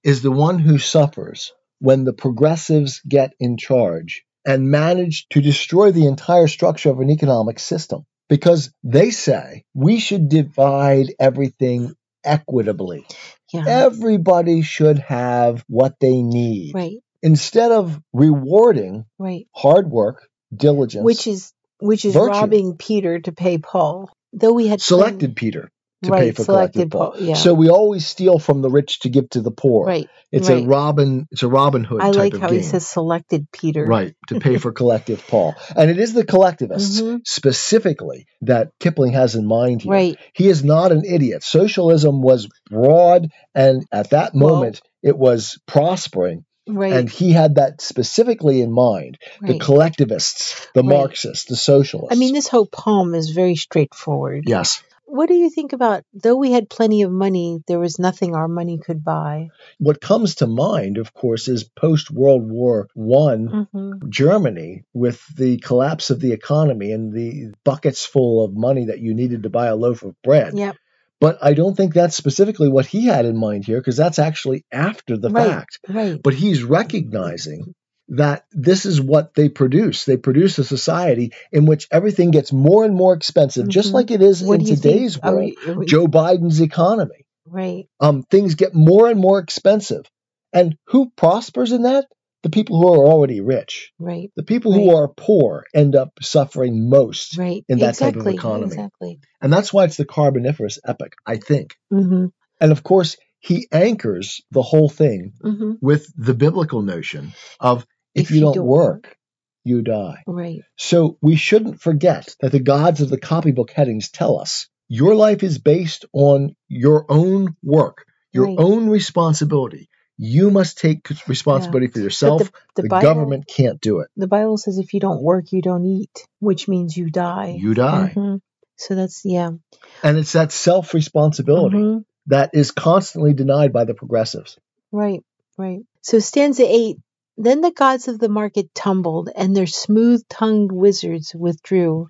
S1: is the one who suffers when the progressives get in charge and manage to destroy the entire structure of an economic system because they say we should divide everything equitably.
S2: yeah,
S1: Everybody should have what they need.
S2: right,
S1: Instead of rewarding
S2: right,
S1: hard work, diligence,
S2: which is which is
S1: Virtue.
S2: robbing Peter to pay Paul. Though we had plenty-
S1: selected Peter to pay
S2: Right,
S1: for collective
S2: selected
S1: Paul.
S2: Paul, yeah.
S1: So we always steal from the rich to give to the poor.
S2: right,
S1: It's
S2: right.
S1: a Robin. It's a Robin Hood
S2: I
S1: type
S2: like
S1: of
S2: how
S1: game.
S2: he says selected Peter.
S1: Right to pay for collective Paul, and it is the collectivists
S2: Mhm.
S1: specifically that Kipling has in mind here.
S2: right.
S1: He is not an idiot. Socialism was broad, and at that
S2: Well-
S1: moment, it was prospering,
S2: Right,
S1: and he had that specifically in mind.
S2: right.
S1: The collectivists, the
S2: Right.
S1: Marxists, the socialists.
S2: I mean, this whole poem is very straightforward.
S1: yes.
S2: What do you think about though we had plenty of money, there was nothing our money could buy?
S1: What comes to mind, of course, is post World War One
S2: Mm-hmm.
S1: Germany with the collapse of the economy and the buckets full of money that you needed to buy a loaf of bread.
S2: Yep.
S1: But I don't think that's specifically what he had in mind here because that's actually after the
S2: Right.
S1: fact.
S2: Right.
S1: But he's recognizing that this is what they produce. They produce a society in which everything gets more and more expensive, just
S2: Mhm.
S1: like it is
S2: What
S1: in
S2: do you think-
S1: today's
S2: are
S1: world.
S2: we- are we-
S1: Joe Biden's economy.
S2: right.
S1: Um, things get more and more expensive. And who prospers in that? The people who are already rich
S2: Right.
S1: the people who
S2: Right.
S1: are poor end up suffering most.
S2: Right.
S1: in that type of
S2: exactly.
S1: economy.
S2: Exactly.
S1: And that's why it's the Carboniferous epoch, I think.
S2: hmm
S1: And of course, he anchors the whole thing
S2: hmm
S1: with the biblical notion of if, you, don't, work, you die.
S2: Right.
S1: So we shouldn't forget that the gods of the copybook headings tell us your life is based on your own work, your
S2: Right.
S1: own responsibility. You must take responsibility for yourself.
S2: But the,
S1: the
S2: Bible,
S1: government can't do it.
S2: The Bible says if you don't work, you don't eat, which means you die.
S1: You die.
S2: Mhm. So that's yeah. Mm-hmm.
S1: And it's that self responsibility
S2: Mhm.
S1: that is constantly denied by the progressives.
S2: Right. Right. So stanza eight. Then the gods of the market tumbled, and their smooth-tongued wizards withdrew,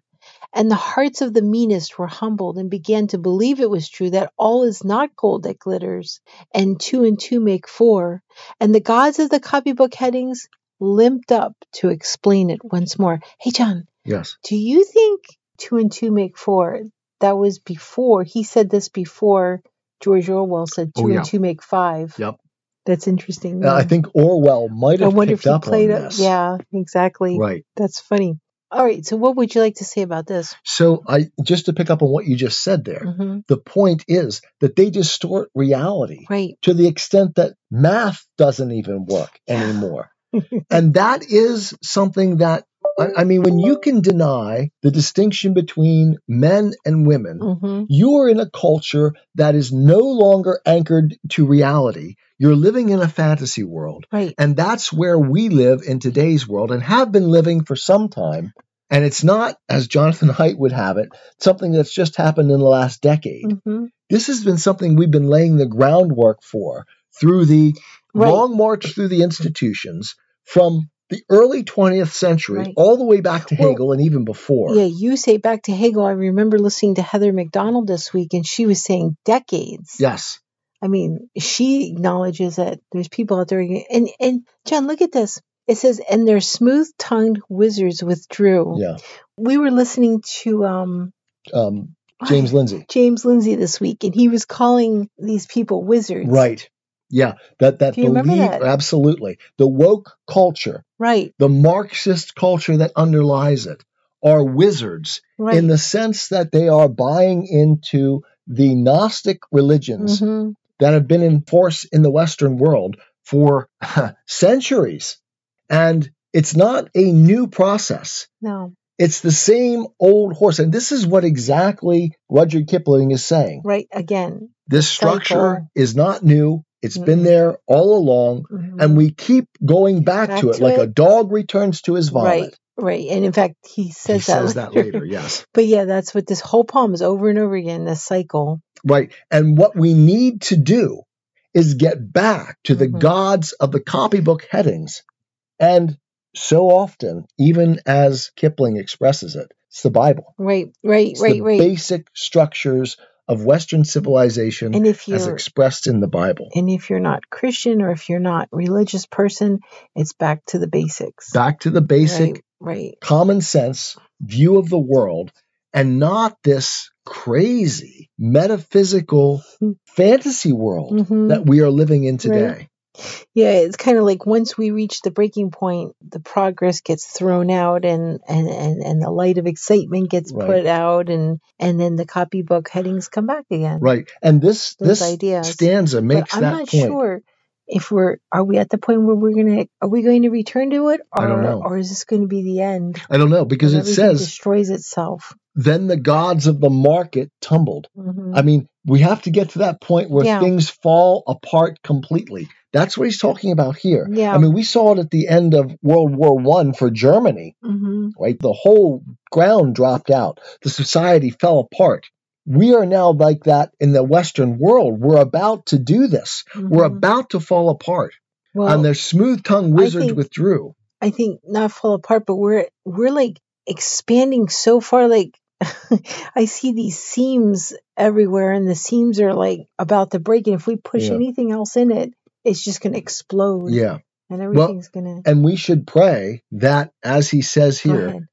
S2: and the hearts of the meanest were humbled, and began to believe it was true that all is not gold that glitters, and two and two make four, and the gods of the copybook headings limped up to explain it once more. Hey, John,
S1: Yes.
S2: Do you think two and two make four? That was before he said this before George Orwell said two
S1: Oh, yeah.
S2: and two make five.
S1: Yep.
S2: That's interesting.
S1: Uh, I
S2: yeah.
S1: think Orwell might
S2: I
S1: have
S2: wonder if
S1: picked
S2: he
S1: up
S2: played
S1: on
S2: it.
S1: this.
S2: Yeah, exactly.
S1: Right.
S2: That's funny. All right. So, what would you like to say about this?
S1: So I just to pick up on what you just said there,
S2: hmm
S1: the point is that they distort reality
S2: Right.
S1: to the extent that math doesn't even work anymore. and that is something that I, I mean, when you can deny the distinction between men and women,
S2: hmm
S1: You are in a culture that is no longer anchored to reality. You're living in a fantasy world.
S2: Right.
S1: And that's where we live in today's world and have been living for some time. And it's not, as Jonathan Haidt would have it, something that's just happened in the last decade.
S2: hmm
S1: This has been something we've been laying the groundwork for through the
S2: Right.
S1: long march through the institutions from the early 20th century
S2: Right.
S1: all the way back to
S2: Well,
S1: Hegel and even before.
S2: Yeah. You say back to Hegel. I remember listening to Heather McDonald this week, and she was saying decades.
S1: Yes.
S2: I mean, she acknowledges that there's people out there, and and John, look at this. It says, "And their smooth-tongued wizards withdrew."
S1: Yeah.
S2: We were listening to um,
S1: Um, James Lindsay.
S2: James Lindsay this week, and he was calling these people wizards.
S1: Right. Yeah. That that
S2: Do you remember
S1: believe
S2: that?
S1: absolutely. The woke culture,
S2: Right.
S1: the Marxist culture that underlies it, are wizards
S2: Right.
S1: in the sense that they are buying into the Gnostic religions
S2: hmm
S1: that have been in force in the Western world for centuries. And it's not a new process.
S2: No.
S1: It's the same old horse. And this is what exactly Rudyard Kipling is saying.
S2: Right. Again.
S1: This
S2: Cycle.
S1: structure is not new. It's
S2: Mm-mm.
S1: been there all along.
S2: Mm-hmm.
S1: And we keep going back,
S2: Back
S1: to it
S2: to
S1: like
S2: it.
S1: a dog returns to his vomit.
S2: Right. Right. And in fact, he
S1: He
S2: says that.
S1: says that later, yes.
S2: But yeah, that's what this whole poem is over and over again. This cycle.
S1: Right. And what we need to do is get back to the
S2: Mhm.
S1: gods of the copybook headings. And so often, even as Kipling expresses it, it's the Bible.
S2: Right. Right.
S1: It's
S2: right.
S1: the
S2: Right.
S1: basic structures of Western civilization
S2: and if
S1: as
S2: you're
S1: expressed in the Bible.
S2: and if you're not Christian or if you're not religious person, it's back to the basics.
S1: Back to the basic
S2: Right.
S1: common sense view of the world and not this crazy metaphysical
S2: Mhm.
S1: fantasy world
S2: hmm
S1: that we are living in today.
S2: yeah, it's kind of like once we reach the breaking point, the progress gets thrown out, and and and, and the light of excitement gets
S1: Right.
S2: put out, and and then the copybook headings come back again.
S1: Right. And this
S2: Those
S1: this
S2: ideas.
S1: stanza
S2: But
S1: makes
S2: I'm
S1: that
S2: not
S1: point.
S2: sure if we're are we at the point where we're gonna are we going to return to it, or
S1: I don't know.
S2: or is this going to be the end?
S1: I don't know because
S2: when
S1: it
S2: everything
S1: says
S2: destroys itself.
S1: then the gods of the market tumbled.
S2: Mhm.
S1: I mean, we have to get to that point where
S2: Yeah.
S1: things fall apart completely. That's what he's talking about here.
S2: Yeah.
S1: I mean, we saw it at the end of World War One for Germany,
S2: hmm
S1: right? The whole ground dropped out. The society fell apart. We are now like that in the Western world. We're about to do this. We're
S2: Mm-hmm.
S1: about to fall apart.
S2: well,
S1: and their smooth tongued wizards
S2: think-
S1: withdrew.
S2: I think not fall apart, but we're we're like expanding so far. Like I see these seams everywhere, and the seams are like about to break. And if we push
S1: Yeah.
S2: anything else in it, it's just going to explode.
S1: Yeah.
S2: and everything's going to.
S1: And we should pray that, as he says here,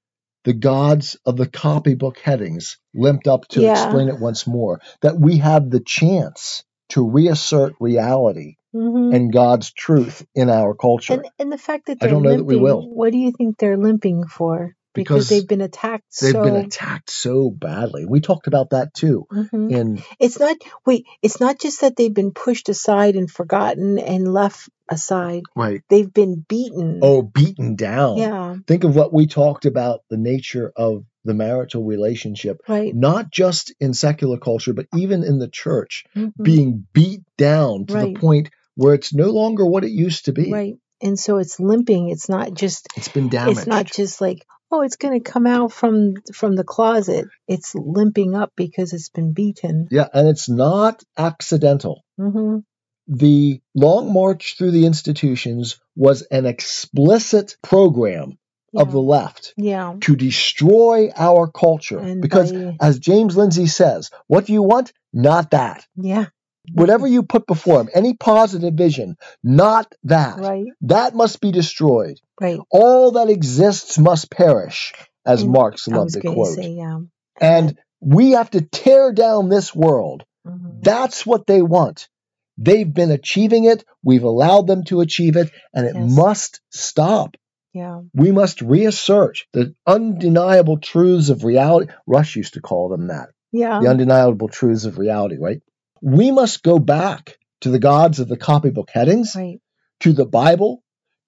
S1: the gods of the copybook headings limped up to
S2: Yeah.
S1: explain it once more, that we have the chance to reassert reality
S2: hmm
S1: and God's truth in our culture.
S2: And and the fact that
S1: I
S2: they're
S1: don't know that
S2: limping,
S1: we will.
S2: what do you think they're limping for?
S1: Because
S2: they've been attacked.
S1: They've
S2: so,
S1: been attacked so badly. We talked about that too.
S2: Mhm.
S1: In
S2: It's not wait, it's not just that they've been pushed aside and forgotten and left aside.
S1: right,
S2: They've been beaten.
S1: oh, beaten down.
S2: yeah,
S1: Think of what we talked about the nature of the marital relationship,
S2: right.
S1: not just in secular culture, but even in the church.
S2: Mhm.
S1: being beat down to
S2: Right.
S1: the point where it's no longer what it used to be.
S2: right. And so it's limping. It's not just
S1: It's been damaged.
S2: it's not just like, oh, it's going to come out from from the closet. It's limping up because it's been beaten.
S1: yeah, and it's not accidental.
S2: Mhm.
S1: The long march through the institutions was an explicit program
S2: Yeah.
S1: of the left
S2: yeah.
S1: to destroy our culture.
S2: And
S1: because,
S2: by-
S1: as James Lindsay says, what do you want? Not that.
S2: Yeah,
S1: Whatever you put before him, any positive vision, not that.
S2: right.
S1: That must be destroyed.
S2: Right.
S1: all that exists must perish, as
S2: And
S1: Marx
S2: I
S1: loved
S2: was
S1: to
S2: going to
S1: quote.
S2: say um
S1: and we have to tear down this world.
S2: mhm.
S1: That's what they want. They've been achieving it. We've allowed them to achieve it, and it
S2: Yes.
S1: must stop.
S2: yeah.
S1: We must reassert the undeniable truths of reality. Rush used to call them that
S2: Yeah.
S1: the undeniable truths of reality, right? We must go back to the gods of the copybook headings,
S2: Right.
S1: to the Bible,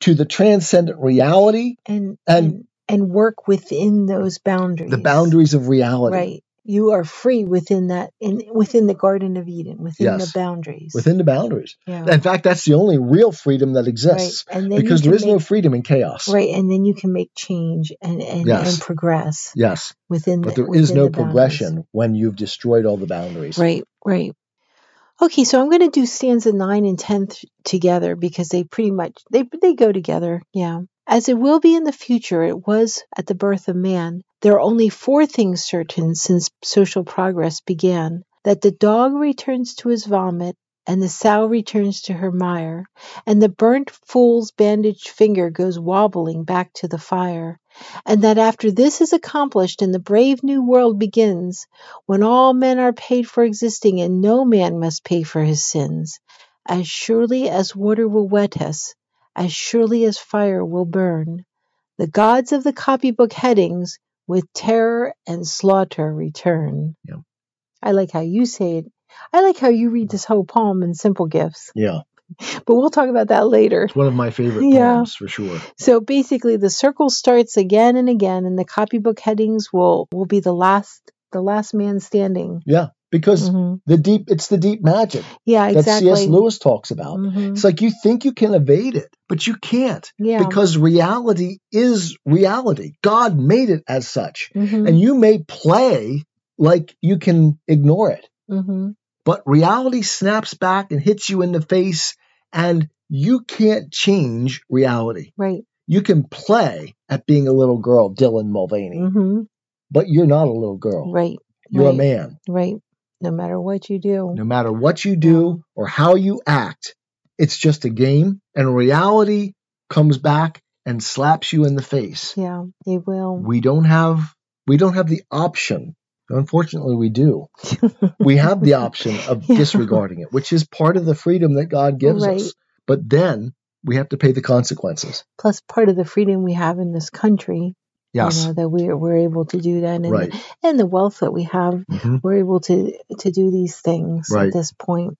S1: to the transcendent reality
S2: and
S1: And-
S2: and and work within those boundaries.
S1: the boundaries of reality
S2: right? You are free within that in within the Garden of Eden, within the
S1: Yes.
S2: boundaries.
S1: within the boundaries.
S2: yeah,
S1: In fact, that's the only real freedom that
S2: right.
S1: exists
S2: And then
S1: because
S2: you
S1: there
S2: can
S1: is no
S2: make-
S1: freedom in chaos.
S2: right, and then you can make change and and,
S1: Yes.
S2: and progress
S1: Yes,
S2: within.
S1: but
S2: the,
S1: there is
S2: within
S1: no
S2: the boundaries.
S1: progression when you've destroyed all the boundaries.
S2: Right, right. Okay, so I'm going to do stanza nine and ten th- together because they pretty much they they go together. Yeah. As it will be in the future, it was at the birth of man. There are only four things certain since social progress began: that the dog returns to his vomit, and the sow returns to her mire, and the burnt fool's bandaged finger goes wobbling back to the fire, and that after this is accomplished and the brave new world begins, when all men are paid for existing and no man must pay for his sins. As surely as water will wet us, as surely as fire will burn. The gods of the copybook headings with terror and slaughter return.
S1: Yeah.
S2: I like how you say it. I like how you read this whole poem in simple gifts,
S1: Yeah.
S2: but we'll talk about that later.
S1: It's one of my favorite
S2: Yeah.
S1: poems for sure.
S2: So basically, the circle starts again and again, and the copybook headings will will be the last the last man standing.
S1: Yeah. Because
S2: Mhm.
S1: the deep it's the deep magic
S2: Yeah,
S1: that
S2: exactly.
S1: C.S. Lewis talks about.
S2: Mhm.
S1: It's like you think you can evade it, but you can't.
S2: Yeah.
S1: Because reality is reality. God made it as such.
S2: Mhm.
S1: And you may play like you can ignore it.
S2: Mhm.
S1: but reality snaps back and hits you in the face and you can't change reality
S2: Right.
S1: you can play at being a little girl dylan mulvaney
S2: Mhm.
S1: but you're not a little girl
S2: Right.
S1: you're
S2: right.
S1: a man
S2: Right. No matter what you do.
S1: no matter what you do or how you act it's just a game and reality comes back and slaps you in the face
S2: Yeah, it will.
S1: we don't have we don't have the option unfortunately we do we have the option of
S2: Yeah.
S1: disregarding it, which is part of the freedom that God gives
S2: Right.
S1: us. But then we have to pay the consequences.
S2: Plus, part of the freedom we have in this country,
S1: Yes.
S2: you know, that we're we're able to do that, and
S1: Right.
S2: and the wealth that we have,
S1: hmm
S2: we're able to to do these things
S1: Right.
S2: at this point.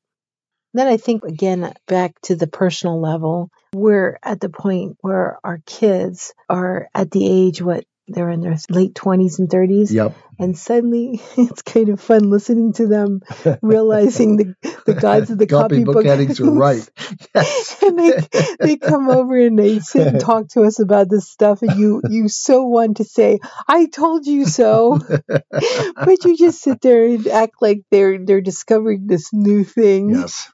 S2: Then I think again back to the personal level, we're at the point where our kids are at the age what they're in their late twenties and thirties,
S1: Yep.
S2: and suddenly it's kind of fun listening to them realizing the the gods of the
S1: Copy
S2: copybook
S1: book headings are right. Yes.
S2: and they they come over and they sit and talk to us about this stuff and you you so want to say i told you so but you just sit there and act like they're they're discovering this new thing
S1: yes.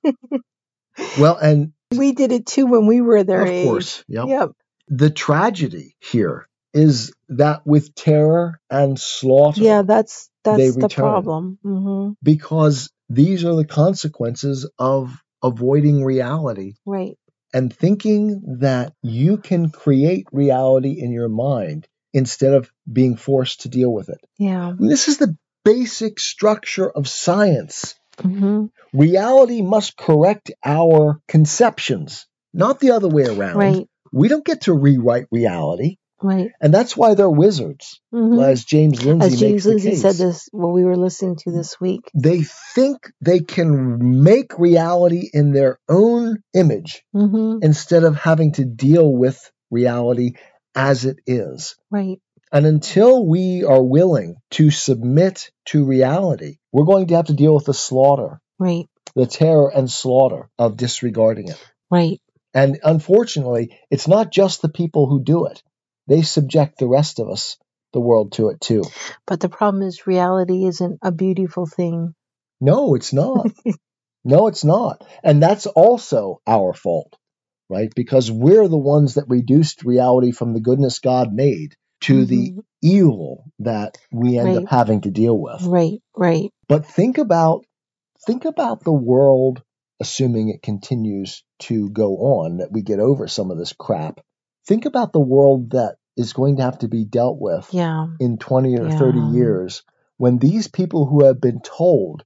S1: Well, and
S2: we did it too when we were their
S1: of
S2: age
S1: course, yep.
S2: yep
S1: the tragedy here is that with terror and slaughter,
S2: yeah that's that's
S1: They
S2: the
S1: return.
S2: problem hmm
S1: because these are the consequences of avoiding reality
S2: right
S1: and thinking that you can create reality in your mind instead of being forced to deal with it.
S2: yeah
S1: And this is the basic structure of science.
S2: hmm
S1: Reality must correct our conceptions, not the other way around.
S2: right
S1: We don't get to rewrite reality,
S2: right
S1: and that's why they're wizards,
S2: hmm
S1: as James Lindsay
S2: as james
S1: makes the
S2: lindsay
S1: case.
S2: said this what we were listening to this week
S1: They think they can make reality in their own image
S2: hmm
S1: instead of having to deal with reality as it is.
S2: right
S1: And until we are willing to submit to reality, we're going to have to deal with the slaughter,
S2: right
S1: the terror and slaughter of disregarding it.
S2: right
S1: And unfortunately, it's not just the people who do it, they subject the rest of us, the world, to it too.
S2: But the problem is, reality isn't a beautiful thing.
S1: No, it's not. no, it's not. And that's also our fault, right? Because we're the ones that reduced reality from the goodness God made to the
S2: Mhm.
S1: evil that we end up
S2: Right.
S1: having to deal with.
S2: Mm-hmm. right, right,
S1: But think about think about the world assuming it continues to go on that we get over some of this crap. Think about the world that is going to have to be dealt with
S2: yeah,
S1: in 20 or
S2: Yeah.
S1: 30 years when these people who have been told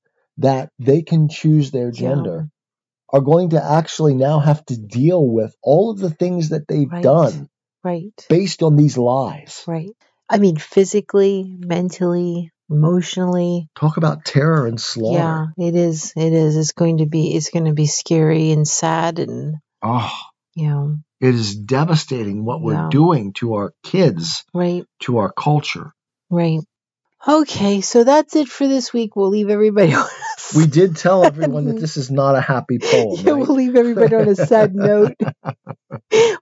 S1: that they can choose their gender are going to actually now have to deal with all of the things that they've
S2: Right.
S1: done
S2: right,
S1: based on these lies.
S2: right. I mean, physically, mentally, emotionally.
S1: Talk about terror and slaughter.
S2: Yeah, it is. It is. It's going to be. It's going to be scary and sad, and
S1: Oh,
S2: you know,
S1: it is devastating what we're
S2: Yeah.
S1: doing to our kids,
S2: right,
S1: to our culture.
S2: right. Okay, so that's it for this week. We'll leave everybody on. a
S1: We did tell everyone that this is not a happy poem.
S2: yeah,
S1: right?
S2: we'll leave everybody on a sad note.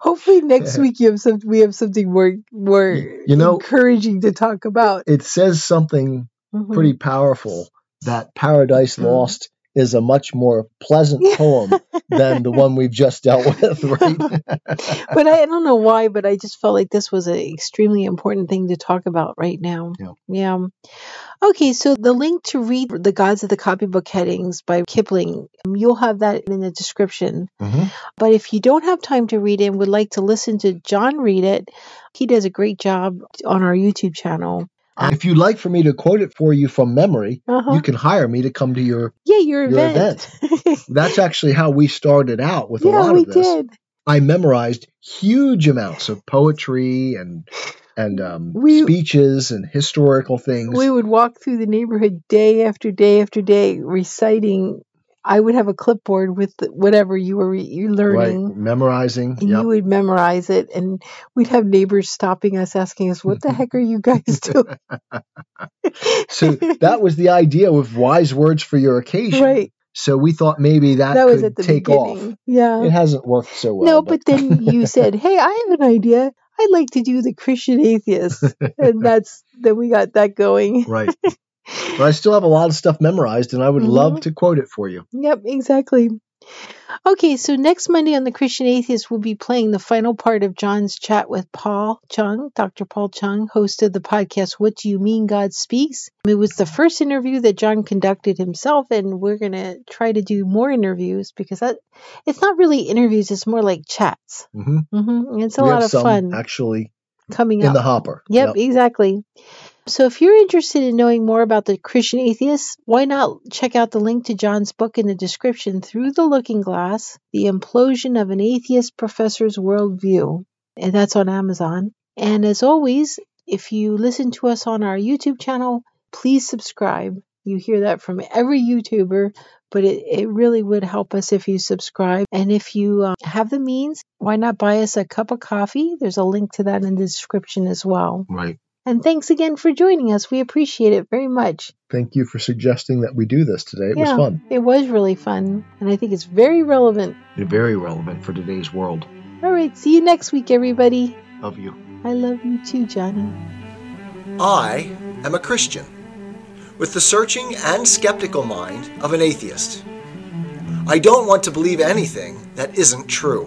S2: Hopefully next week you have some we have something more more
S1: Y- you know-
S2: encouraging to talk about.
S1: It says something
S2: Mhm.
S1: pretty powerful that Paradise
S2: Mhm.
S1: Lost is a much more pleasant
S2: Yeah.
S1: poem than the one we've just dealt with, right?
S2: but I, I don't know why, but I just felt like this was an extremely important thing to talk about right now.
S1: Yeah.
S2: Yeah. Okay, so the link to read The Gods of the Copybook Headings by Kipling, um, you'll have that in the description.
S1: Mhm.
S2: But if you don't have time to read it and would like to listen to John read it, he does a great job on our YouTube channel.
S1: And If you'd like for me to quote it for you from memory,
S2: Uh-huh.
S1: you can hire me to come to your.
S2: yeah, your
S1: your
S2: event.
S1: That's actually how we started out with a
S2: yeah,
S1: lot
S2: we
S1: of this.
S2: did.
S1: I memorized huge amounts of poetry and and um,
S2: We-
S1: speeches and historical things.
S2: We would walk through the neighborhood day after day after day reciting. I would have a clipboard with whatever you were you
S1: right,
S2: learning,
S1: memorizing.
S2: and
S1: Yep.
S2: you would memorize it. And we'd have neighbors stopping us, asking us,
S1: Mm-hmm.
S2: "What the heck are you guys doing?"
S1: so that was the idea of wise words for your occasion.
S2: right.
S1: So we thought maybe that,
S2: That
S1: could
S2: was at the
S1: take
S2: beginning.
S1: off.
S2: Yeah.
S1: It hasn't worked so well.
S2: no, but then you said, "Hey, I have an idea. I'd like to do the Christian atheist," and that's then we got that going.
S1: right. But I still have a lot of stuff memorized, and I would love
S2: Mhm.
S1: to quote it for you.
S2: Yep, exactly. Okay, so next Monday on the Christian Atheist, we'll be playing the final part of John's chat with Paul Chung, Dr. Paul Chung, host of the podcast What Do You Mean God Speaks? It was the first interview that John conducted himself, and we're going to try to do more interviews because that it's not really interviews, it's more like chats.
S1: hmm
S2: hmm It's a
S1: we
S2: lot
S1: have
S2: of
S1: some
S2: fun
S1: actually
S2: coming
S1: in
S2: up.
S1: the hopper.
S2: Yep, exactly. So if you're interested in knowing more about the Christian atheists, why not check out the link to John's book in the description through the looking glass, The Implosion of an Atheist Professor's Worldview. And that's on Amazon. And as always, if you listen to us on our YouTube channel, please subscribe. You hear that from every YouTuber, but it, it really would help us if you subscribe. And if you um, have the means, why not buy us a cup of coffee? There's a link to that in the description as well.
S1: Right.
S2: And thanks again for joining us. We appreciate it very much.
S1: Thank you for suggesting that we do this today. It was
S2: Yeah.
S1: fun
S2: It was really fun, and I think it's very relevant.
S1: and very relevant for today's world
S2: All right, see you next week, everybody.
S1: of you.
S2: I love you too, Johnny.
S3: I am a Christian, with the searching and skeptical mind of an atheist. I don't want to believe anything that isn't true.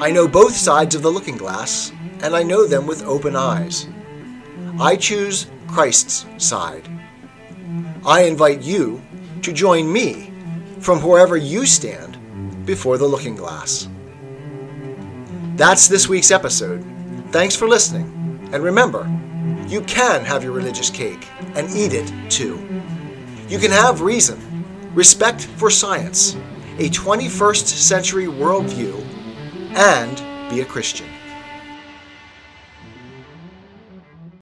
S3: I know both sides of the looking glass, and I know them with open eyes. I choose Christ's side. I invite you to join me from wherever you stand before the looking glass. That's this week's episode. Thanks for listening. And remember, you can have your religious cake and eat it too. You can have reason, respect for science, a 21st century worldview, and be a Christian.